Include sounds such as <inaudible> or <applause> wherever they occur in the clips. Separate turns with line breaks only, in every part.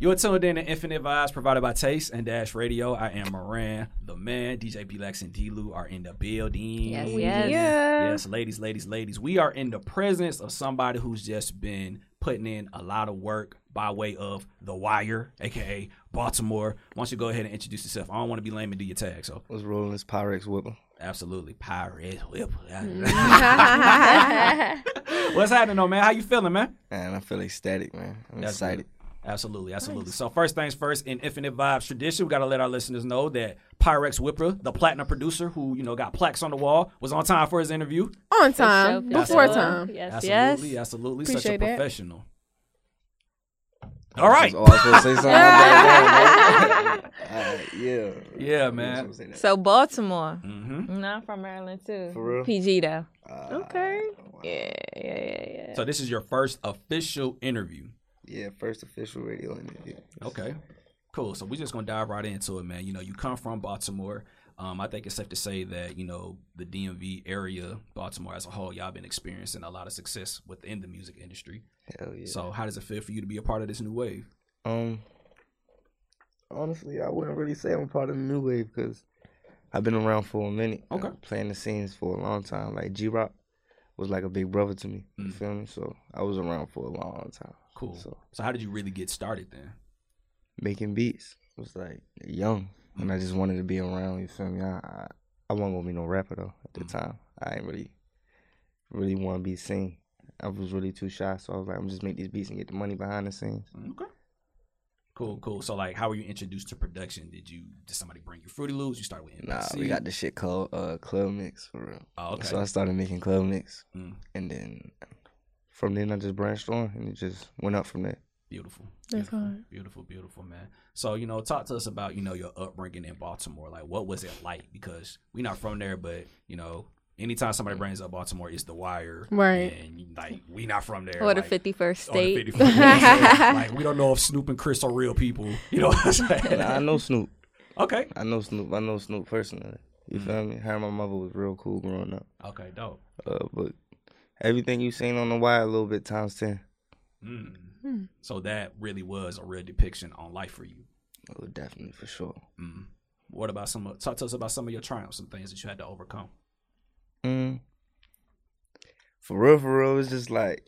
You're tuned in to Infinite Vibes provided by Taste and Dash Radio. I am Moran, the man. DJ B Lex and D Lou are in the building.
Yes, yes.
Yeah.
Yes, ladies, ladies, ladies. We are in the presence of somebody who's just been putting in a lot of work by way of The Wire, aka Baltimore. Why don't you go ahead and introduce yourself? I don't want to be lame and do your tag, so
What's rolling this Pyrex Whipple?
absolutely pirate whip. <laughs> What's happening though, man? How you feeling, man?
Man, I feel ecstatic, man. I'm
That's
excited.
Absolutely, absolutely. So first things first, in Infinite Vibes tradition, we got to let our listeners know that Pyrex Whipper, the platinum producer who you know got plaques on the wall, was on time for his interview.
On
For
time,
sure, for
before
sure.
time.
Yes,
absolutely,
yes.
absolutely. Such a
Appreciate that.
professional. All right.
Was all supposed to say something about that,
<laughs>
man? Alright, yeah.
Yeah,
You
man.
was supposed to say that.
So Baltimore.
hmm
No, I'm from Maryland too.
For real?
PG though.
Ah,
Okay. Yeah, yeah, yeah, yeah.
So this is your first official interview.
yeah, first official radio interview.
Okay. Cool. So we're just gonna dive right into it, man. You know, you come from Baltimore. Um, I think it's safe to say that you know the DMV area, Baltimore as a whole, y'all been experiencing a lot of success within the music industry.
Hell yeah.
So how does it feel for you to be a part of this new wave?
Um, honestly, I wouldn't really say I'm part of the new wave because I've been around for a minute.
Okay.
uh, playing the scenes for a long time. Like G Rock was like a big brother to me. You
Mm.
feel me? So I was around for a long time.
Cool. So,
So
how did you really get started then?
making beats was like young, and I just wanted to be around. You feel me? I I, I wasn't gonna be no rapper though at the
Mhm.
time. I ain't really really want to be seen. I was really too shy, so I was like, I'm just make these beats and get the money behind the scenes.
Okay. Cool, cool. So like, how were you introduced to production? Did you did somebody bring you Fruity Loops? You started with
Nah,
MPC?
we got this shit called uh, Club Mix for real.
Oh, okay.
So I started making club mix,
Mm.
and then from then I just branched on, and it just went up
<laughs>
from there.
Beautiful.
That's
beautiful,
hard.
beautiful, beautiful, man. So, you know, talk to us about, you know, your upbringing in Baltimore. Like, what was it like? Because we're not from there, but, you know, anytime somebody brings up Baltimore, it's The Wire.
Right.
And, like, we not from there.
or the
like,
51st
or the
state.
51st. You know what I'm
<laughs>
saying? like, we don't know if Snoop and Chris are real people. You know what I'm
And I
saying?
know Snoop.
okay.
I know Snoop. I know Snoop personally.
Mm.
You feel me? Her and my mother was real cool growing up.
Okay, dope.
Uh, but everything you seen on the wire, a little bit times ten.
Mm.
Hmm.
So that really was a real depiction on life for you.
Oh, definitely for sure.
Mm. What about some? of- Talk to us about some of your triumphs, some things that you had to overcome.
Mm. For real, for real, it's just like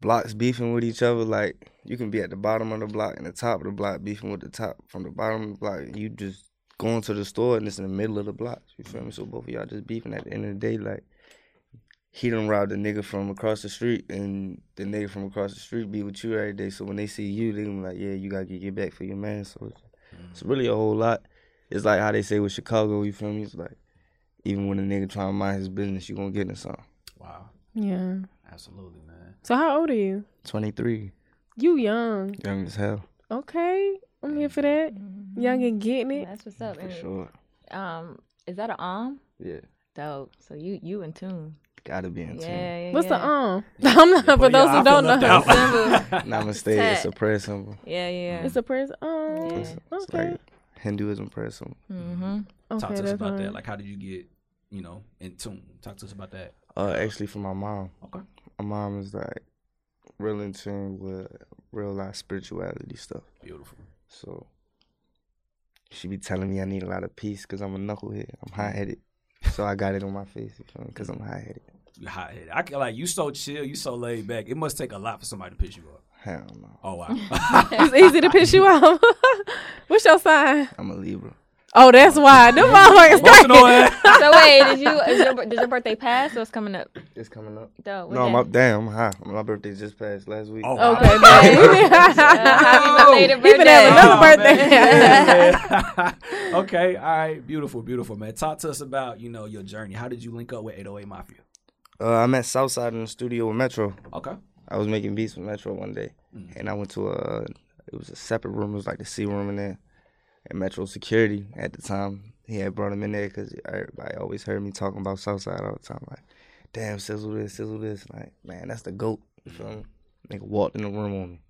blocks beefing with each other. Like you can be at the bottom of the block and the top of the block beefing with the top from the bottom of the block. You just going to the store and it's in the middle of the block. You feel me? So both of y'all just beefing. At the end of the day, like he done robbed a nigga from across the street, and the nigga from across the street be with you every day. So when they see you, they gonna be like, yeah, you gotta get your back for your man. So it's, it's really a whole lot. It's like how they say with Chicago. You feel me? It's like even when a nigga trying to mind his business, you gonna get in something.
Wow,
Yeah.
absolutely, <laughs> man.
So how old are you?
Twenty three,
You young.
young as hell,
Okay. I'm here for that. Young and getting it.
Mm-hmm. That's what's up.
for
And,
sure.
Um, is that an arm?
Yeah,
Dope. So you you in tune.
gotta be in
Yeah,
tune.
yeah.
What's the
yeah.
um? <laughs> I'm not, for
But yeah,
those
I
who
feel
don't
left
know.
out. <laughs>
Not mistake, it's
Tat.
a prayer symbol.
Yeah, yeah.
It's a press. Um,
Yeah.
It's, it's
okay.
like Hinduism prayer symbol.
<laughs> mm-hmm.
okay,
Talk to us
that's
about that.
fine.
Like, how did you get, you know, in tune? Talk to us about that.
Uh, actually, for my mom,
Okay.
my mom is like real in tune with real life spirituality stuff.
Beautiful.
So she be telling me I need a lot of peace because I'm a knucklehead. I'm hot headed, so I got it on my face. You feel me? Because I'm hot headed.
You hot headed. I can, like you so chill, you so laid back. It must take a lot for somebody to piss you up.
Hell no,
Oh
<laughs>
wow.
It's easy to piss you off. <laughs> What's your sign?
I'm a Libra.
Oh, that's why. Them motherfuckers
Emotional,
crazy.
<laughs> eh?
so wait, did you is your, did your birthday pass or it's coming up?
It's coming up.
Dope. What
No,
day?
my damn, I'm high. My birthday just passed last week.
Oh, wow. <laughs>
Okay, <laughs>
Uh, <laughs> happy
Oh.
belated
He finna have
birthday.
<laughs> another- birthday.
man.
<laughs>
Yeah. okay, all right, beautiful, beautiful, man. Talk to us about you know your journey. How did you link up with 808 Mafia?
Uh, I'm at Southside in the studio with Metro.
Okay,
I was making beats with Metro one day,
Mhm.
and I went to a it was a separate room. It was like the C room in there, and Metro security at the time he had brought him in there because everybody always heard me talking about Southside all the time. Like, damn, sizzle this, sizzle this. Like, man, that's the goat. You feel me? Nigga walked in the room on me.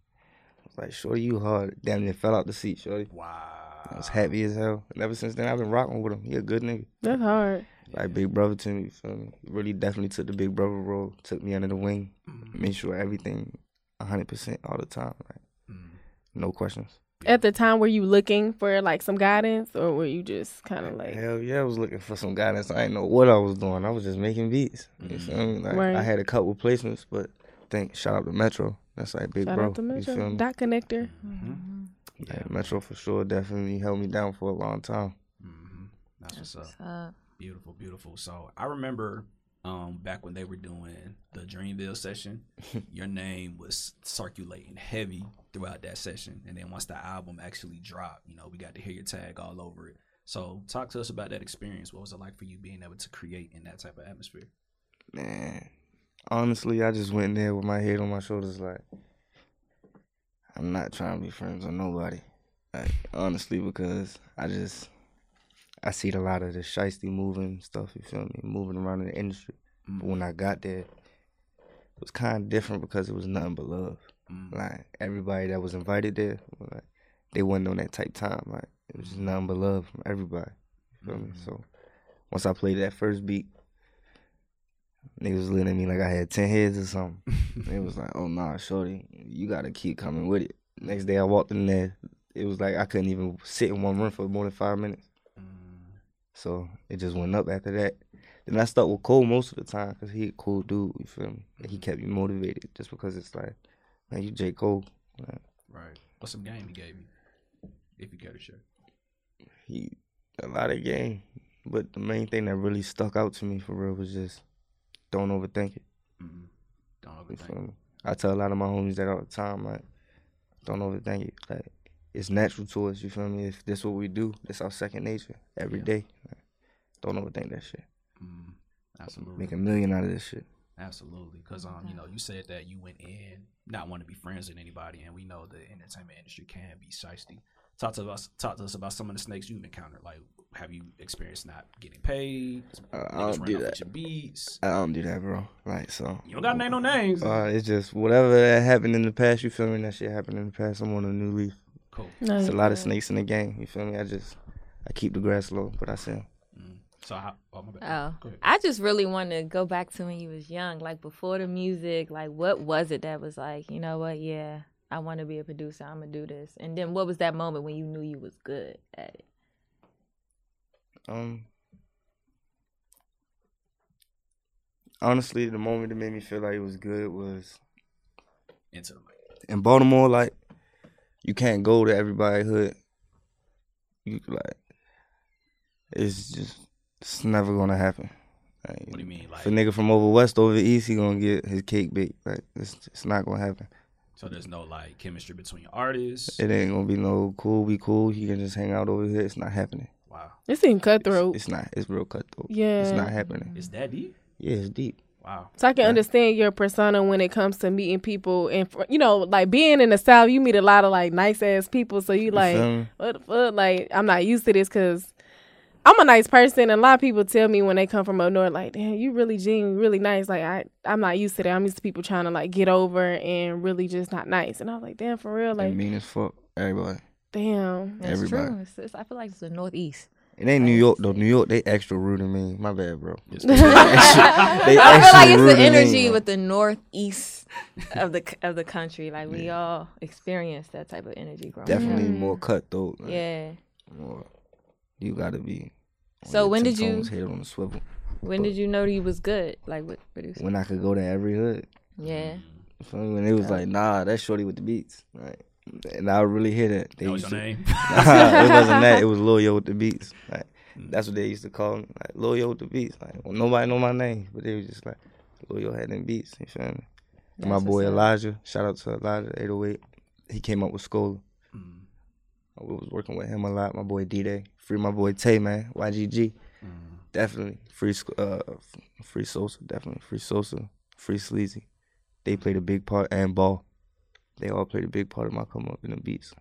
I was like, shorty, you hard. Damn, near fell out the seat, shorty. I
wow.
was happy as hell. And ever since then, I've been rocking with him. He a good nigga.
That's hard.
like big brother to me. So really, definitely took the big brother role. Took me under the wing, made sure everything, hundred percent all the time. Like
Mm.
No questions.
At the time, were you looking for like some guidance, or were you just kind of like?
Hell yeah, I was looking for some guidance. I didn't know what I was doing. I was just making beats. You feel me? Like,
Right.
I had a couple placements, but think shout out to Metro. That's like big
Shout
bro.
out to
You feel
Metro.
me?
Dot connector.
Mm-hmm.
Mhm.
Yeah, Metro for sure definitely held me down for a long time.
hmm That's what's up.
Uh,
Beautiful, beautiful. So I remember um, back when they were doing the Dreamville
<laughs>
session, your name was circulating heavy throughout that session. And then once the album actually dropped, you know, we got to hear your tag all over it. So talk to us about that experience. What was it like for you being able to create in that type of atmosphere?
Man, honestly, I just went in there with my head on my shoulders, like I'm not trying to be friends with nobody. Like honestly, because I just I seen a lot of the shiesty moving stuff. You feel me? Moving around in the industry. But when I got there, it was kind of different because it was nothing but love.
Mm.
Like everybody that was invited there, like they wasn't on that type time. Like it was just nothing but love from everybody. You feel me?
Mhm.
So once I played that first beat, niggas was looking at me like I had ten heads or something.
Mm-hmm.
<laughs> they was like, "Oh nah, shorty, you gotta keep coming with it." Next day I walked in there, it was like I couldn't even sit in one room for more than five minutes.
Mm.
So it just went up after that. Then I stuck with Cole most of the time because he a cool dude. You feel me? And He kept me motivated just because it's like, man, you J Cole. Like,
Right. What's some game he gave you? If you care to share.
he a lot of game, but the main thing that really stuck out to me for real was just don't overthink it.
Mm. Don't
You
overthink.
feel me? I tell a lot of my homies that all the time. Like, don't overthink it. Like, it's natural to us. You feel me? If this what we do, it's our second nature every
Yeah.
day. Like, don't overthink that shit.
Mm. Absolutely.
Make a million out of this shit.
Absolutely, because
Oh
um, you know, you said that you went in not wanting to be friends with anybody, and we know the entertainment industry can be shisty. Talk to us, talk to us about some of the snakes you've encountered. Like, have you experienced not getting paid?
Uh, I
Niggas
don't
ran
do
off with
that.
Your beats.
I don't do that, bro. Like so.
You don't got to name no names.
Uh, it's just whatever that happened in the past. You feel me? That shit happened in the past. I'm on a new leaf.
cool.
It's a lot of snakes in the game. You feel me? I just I keep the grass low, but I sell.
Mm. So, how, oh my bad.
oh,
Go ahead.
I just really want to go back to when you was young, like before the music. Like, what was it that was like, you know what? Yeah, I want to be a producer. I'm gonna do this. And then, what was that moment when you knew you was good at it?
Um. Honestly, the moment that made me feel like it was good was
Into the mic.
in Baltimore. Like you can't go to everybody hood. You like it's just it's never gonna happen. Like,
What do you mean?
If a
Like,
nigga from over west over east, he gonna get his cake baked. Like it's, it's not gonna happen.
so there's no like chemistry between artists.
It ain't gonna be no cool. We cool. He can just hang out over here. It's not happening.
Wow,
It seemed
It's,
cutthroat.
it's not. It's real cutthroat.
yeah.
It's not happening.
is that deep?
Yeah, it's deep.
Wow.
So I can
Yeah.
understand your persona when it comes to meeting people, and fr- you know, like being in the South, you meet a lot of like nice ass people. So you
You
like,
feel me?
what the fuck? Like, I'm not used to this because I'm a nice person, and a lot of people tell me when they come from up north, like, damn, you really genuine, really nice. Like, I, I'm not used to that. I'm used to people trying to like get over and really just not nice. And I was like, damn, for real,
Like,
like,
mean as fuck. Everybody.
damn,
That's
Everybody.
true. It's, it's- I feel like it's the Northeast.
It ain't New York though. New York, they extra rude to me. My bad,
<laughs>
bro.
<laughs>
I
They
feel like
actually
it's
rude
the
to me,
energy
man.
with the northeast of the c- of the country. Like we all experience that type of energy growing
Definitely
Mm.
more cutthroat.
up.
Like,
Yeah.
More. You gotta be. on
So
your
when did
tiptoes,
you-
head on the swivel?
When did you know you was good? Like with producing?
When I could go to every hood.
Yeah.
You feel me? When it was like, nah, that's shorty with the beats. Like, and I really hear that. They
That was
used
your
to-
name.
Nah, it wasn't
<laughs>
that. It was Lil Yo with the beats. Like that's what they used to call me. Like Lil Yo with the beats. Like well, nobody know my name, but they was just like Lil Yo had them beats. You feel me? And my
That's
boy
what's up.
Elijah. Shout out to Elijah 808. He came up with Scholar.
Mm.
We was working with him a lot. My boy D Day. Free my boy Tay man. YGG.
mm.
Definitely free. Sc- Uh, free Sosa. Definitely free Sosa. Free Sleazy. They played a big part and ball. They all played a big part of my come up in the beats.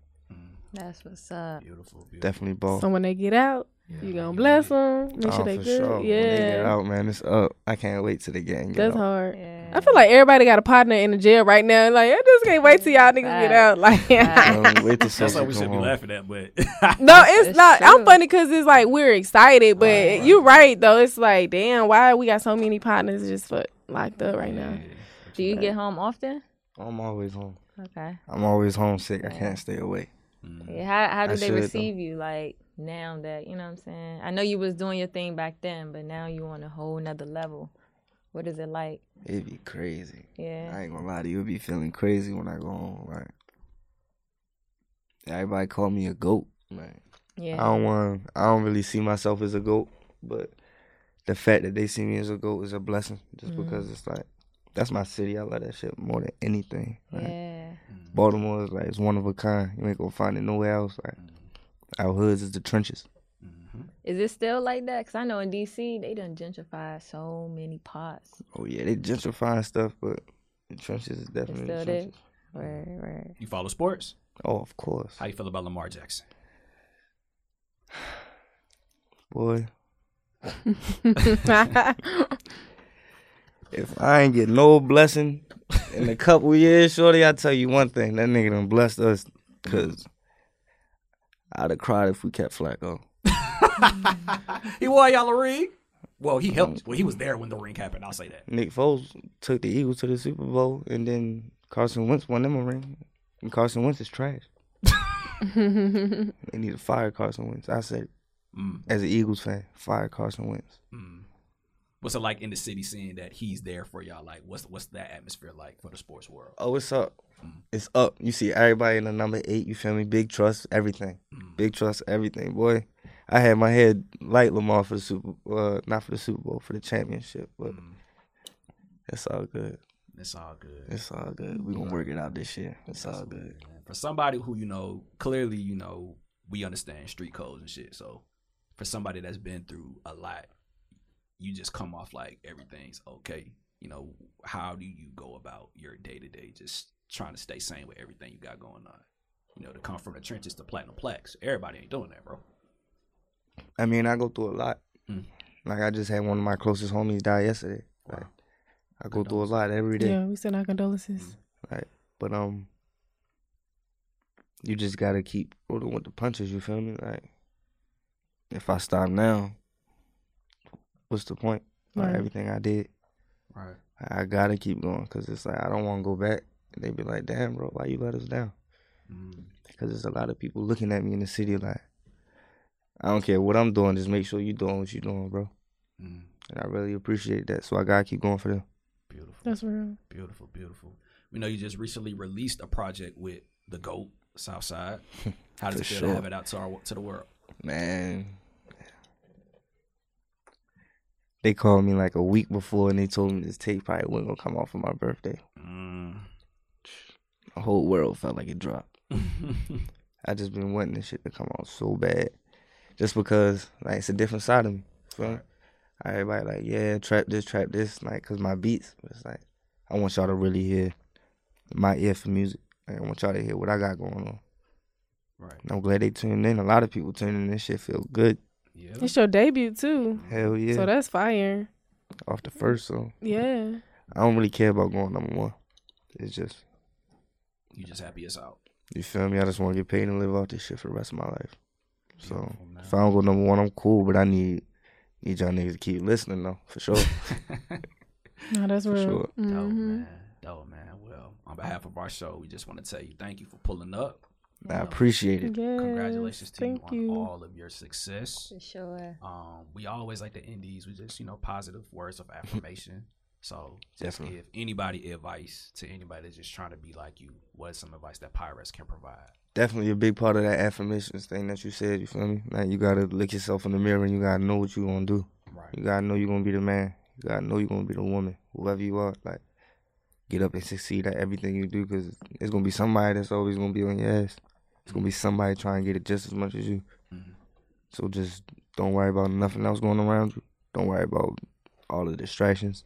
That's what's up.
Beautiful. beautiful.
Definitely ball.
So when they get out,
Yeah,
you
you
gonna bless them, make
Oh,
sure they
for
good.
sure. When they get
Yeah,
out, man, it's up. I can't wait till the gang get
that's
out.
hard.
Yeah.
I feel like everybody got a partner in the jail right now. Like I just can't wait till y'all niggas get
Facts.
out. <laughs> Like
Facts.
Um, wait
<laughs>
till
That's
Sosa
why we
come
should be
home.
laughing at, but <laughs>
no, it's
It's
not. I'm
true.
funny because it's like we're excited, but
Right, right.
you're right though. It's like damn, why we got so
<laughs>
many partners just fuck locked up right now?
Yeah.
Do you get home often?
I'm always home.
Okay.
I'm always homesick. I can't stay away.
Mm.
Yeah, how how do
I
they
should, though.
receive you like now that you know what I'm saying? I know you was doing your thing back then, but now you on a whole nother level. What is it like?
It'd be crazy.
Yeah.
I ain't gonna lie to you. It'd be feeling crazy when I go home. Like everybody call me a goat. Like I
Yeah.
don't want. I don't really see myself as a goat, but the fact that they see me as a goat is a blessing. Just
Mm-hmm.
Mhm.
because it's like that's my city. I love that shit more than anything. Like,
Yeah.
Baltimore is like it's one of a kind. You ain't gonna find it nowhere else. Like our hoods is the trenches.
Mhm.
Is it still like that? Cause I know in DC they done gentrified so many parts.
Oh yeah, they gentrifying stuff, but the trenches is definitely
still
the
there.
trenches.
Right, right.
You follow sports?
Oh, of course,
How you feel about Lamar Jackson?
boy.
<laughs> That's
If I ain't get no blessing in a couple years, shorty, I tell you one thing: that nigga done blessed us. Cause I'd have cried if we kept Flacco.
he wore y'all a ring. Well, he helped. Well, he was there when the ring happened. I'll say that.
Nick Foles took the Eagles to the Super Bowl, and then Carson Wentz won them a ring. And Carson Wentz is trash. They need to fire Carson Wentz. I said,
Mm.
as an Eagles fan, fire Carson Wentz.
Mm. What's it like in the city seeing that he's there for y'all? Like, what's what's that atmosphere like for the sports world?
Oh, it's up. It's up. You see everybody in the number eight. You feel me? Big trust, everything.
Mm,
Big trust, everything. Boy, I had my head light Lamar for the Super. Uh, not for the Super Bowl, for the championship. But
Mm.
it's all good.
It's all good.
It's all good. We gonna work it out this year. It's all good.
Uh, For somebody who you know clearly, you know we understand street codes and shit. So for somebody that's been through a lot, you just come off like everything's okay. You know, how do you go about your day to day, just trying to stay sane with everything you got going on? You know, to come from the trenches to platinum plaques. Everybody ain't doing that, bro.
I mean, I go through a lot.
Mm.
Like I just had one of my closest homies die yesterday. Like I go through a lot every day.
yeah, we send our condolences.
But um, you just gotta keep rolling with the punches. You feel me? Like if I stop now, what's the point? Like
Right.
everything I did,
Right.
I gotta keep going because it's like I don't want to go back. And they be like, "Damn, bro, why you let us down?"
Mm.
Because there's a lot of people looking at me in the city like, "I don't care what I'm doing. Just make sure you doing what you doing, bro."
Mm.
And I really appreciate that. So I gotta keep going for them.
Beautiful.
That's real.
Beautiful, beautiful. We know you just recently released a project with the GOAT,
<laughs>
Southside. How does
For
it feel to
sure.
have it out to our to the world?
Man. They called me like a week before and they told me this tape probably wasn't gonna come out for my birthday.
<laughs> Mm.
The whole world felt like it dropped. I just been wanting this shit to come out so bad. Just because like it's a different side of me. Feel me?
Right.
Everybody like, yeah, trap this, trap this, like cause my beats. It's like I want y'all to really hear my ear for music. Like, I want y'all to hear what I got going on.
right.
And I'm glad they tuned in. A lot of people tuned in. This shit feel good.
Yeah.
It's your debut too,
Hell yeah.
so that's fire.
Off the first, so
Yeah,
I don't really care about going number one. It's just
You just happy it's out.
you feel me. I just want to get paid and live off this shit for the rest of my life. So
Beautiful, man.
if
<laughs>
I don't go number one, I'm cool. But I need need y'all niggas to keep listening though,
<laughs>
for sure.
no, that's
For
real.
sure.
Dope,
Mhm.
man. Dope, man. Well, on behalf of our show, we just want to tell you thank you for pulling up.
I appreciate it.
Yes,
Congratulations to you
thank
on all of your success.
For sure.
Um, we always like the indies. We just you know positive words
<laughs>
of affirmation. So just
Definitely.
give anybody advice to anybody that's just trying to be like you. What is some advice that pirates can provide?
Definitely a big part of that affirmations thing that you said. You feel me? Like you gotta look yourself in the mirror and you gotta know what you gonna do. You
Right.
gotta know you gonna be the man. You gotta know you gonna be the woman, whoever you are. Like get up and succeed at everything you do, cause it's gonna be somebody that's always gonna be on your ass. It's gonna be somebody trying to get it just as much as you.
Mhm.
So just don't worry about nothing else going around you. Don't worry about all the distractions.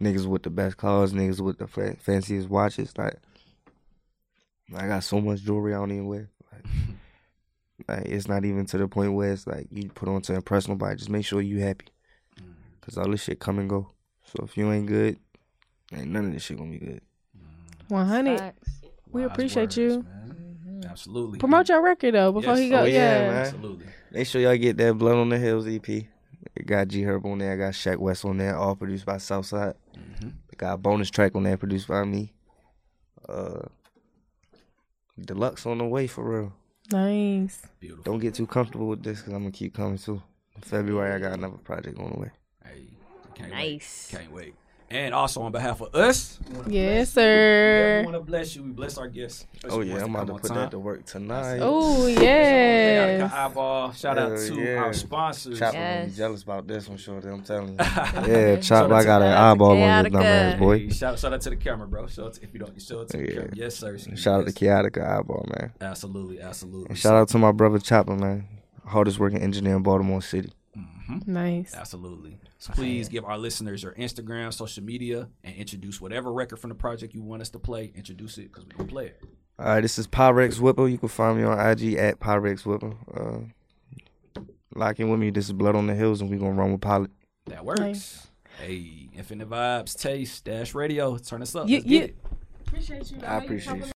Niggas with the best cars, niggas with the fa- fanciest watches. Like, I got so much jewelry I don't even wear. Like, like, it's not even to the point where it's like you put on to impress nobody. Just make sure you happy, cause all this shit come and go. So if you ain't good, ain't none of this shit gonna be good.
One hundred.
Facts. Mm-hmm.
We
Mm-hmm. Wise
appreciate
words,
you.
man. Absolutely.
Promote your record though before
Yes.
he go.
Oh, yeah,
yeah,
man.
Absolutely.
Make sure y'all get that Blood on the Hills EP. It got G Herb on there. I got Shaq West on there. All produced by Southside.
Mhm.
Got a bonus track on there produced by me. Uh, Deluxe on the way for real.
Nice.
Beautiful.
Don't get too comfortable with this because I'm gonna keep coming too. In February, I got another project on the way.
Hey, can't
Nice.
Wait. Can't wait. And also on behalf of us, we wanna
Yes,
bless-
sir.
we want to bless you. We bless our guests. Especially
Oh
ones
yeah,
that
I'm about
come
to
on
put
time.
that to work tonight. <laughs>
Oh
They gotta
yes.
got eyeball. Shout out
Hell
to
yeah.
our sponsors.
Chop gonna be
Yes.
jealous about this one, shorty. I'm telling you.
Hey,
yeah, Chop, I
Shout
got an
out to
eyeball on this
Chaotica.
dumb ass boy.
shout, shout out to the camera, bro. Shout out to, if you don't, shout out to the
Yeah.
camera. Yes, sir.
Shout out to
Yes.
Chaotica Eyeball, man.
Absolutely, absolutely.
And shout out to my brother Chopper, man. Hardest working engineer in Baltimore City.
Nice.
mm-hmm. Absolutely. So please give our listeners your Instagram, social media, and introduce whatever record from the project you want us to play. Introduce it because we can play it.
All right, this is Pyrex Whipper. You can find me on IG at Pyrex Whipper. Uh, lock in with me. This is Blood on the Hills, and we gonna run with Pilot.
That works.
Nice.
Hey, Infinite Vibes, Taste, Dash Radio. Turn us up.
Yeah,
Let's get
yeah.
it.
I appreciate you.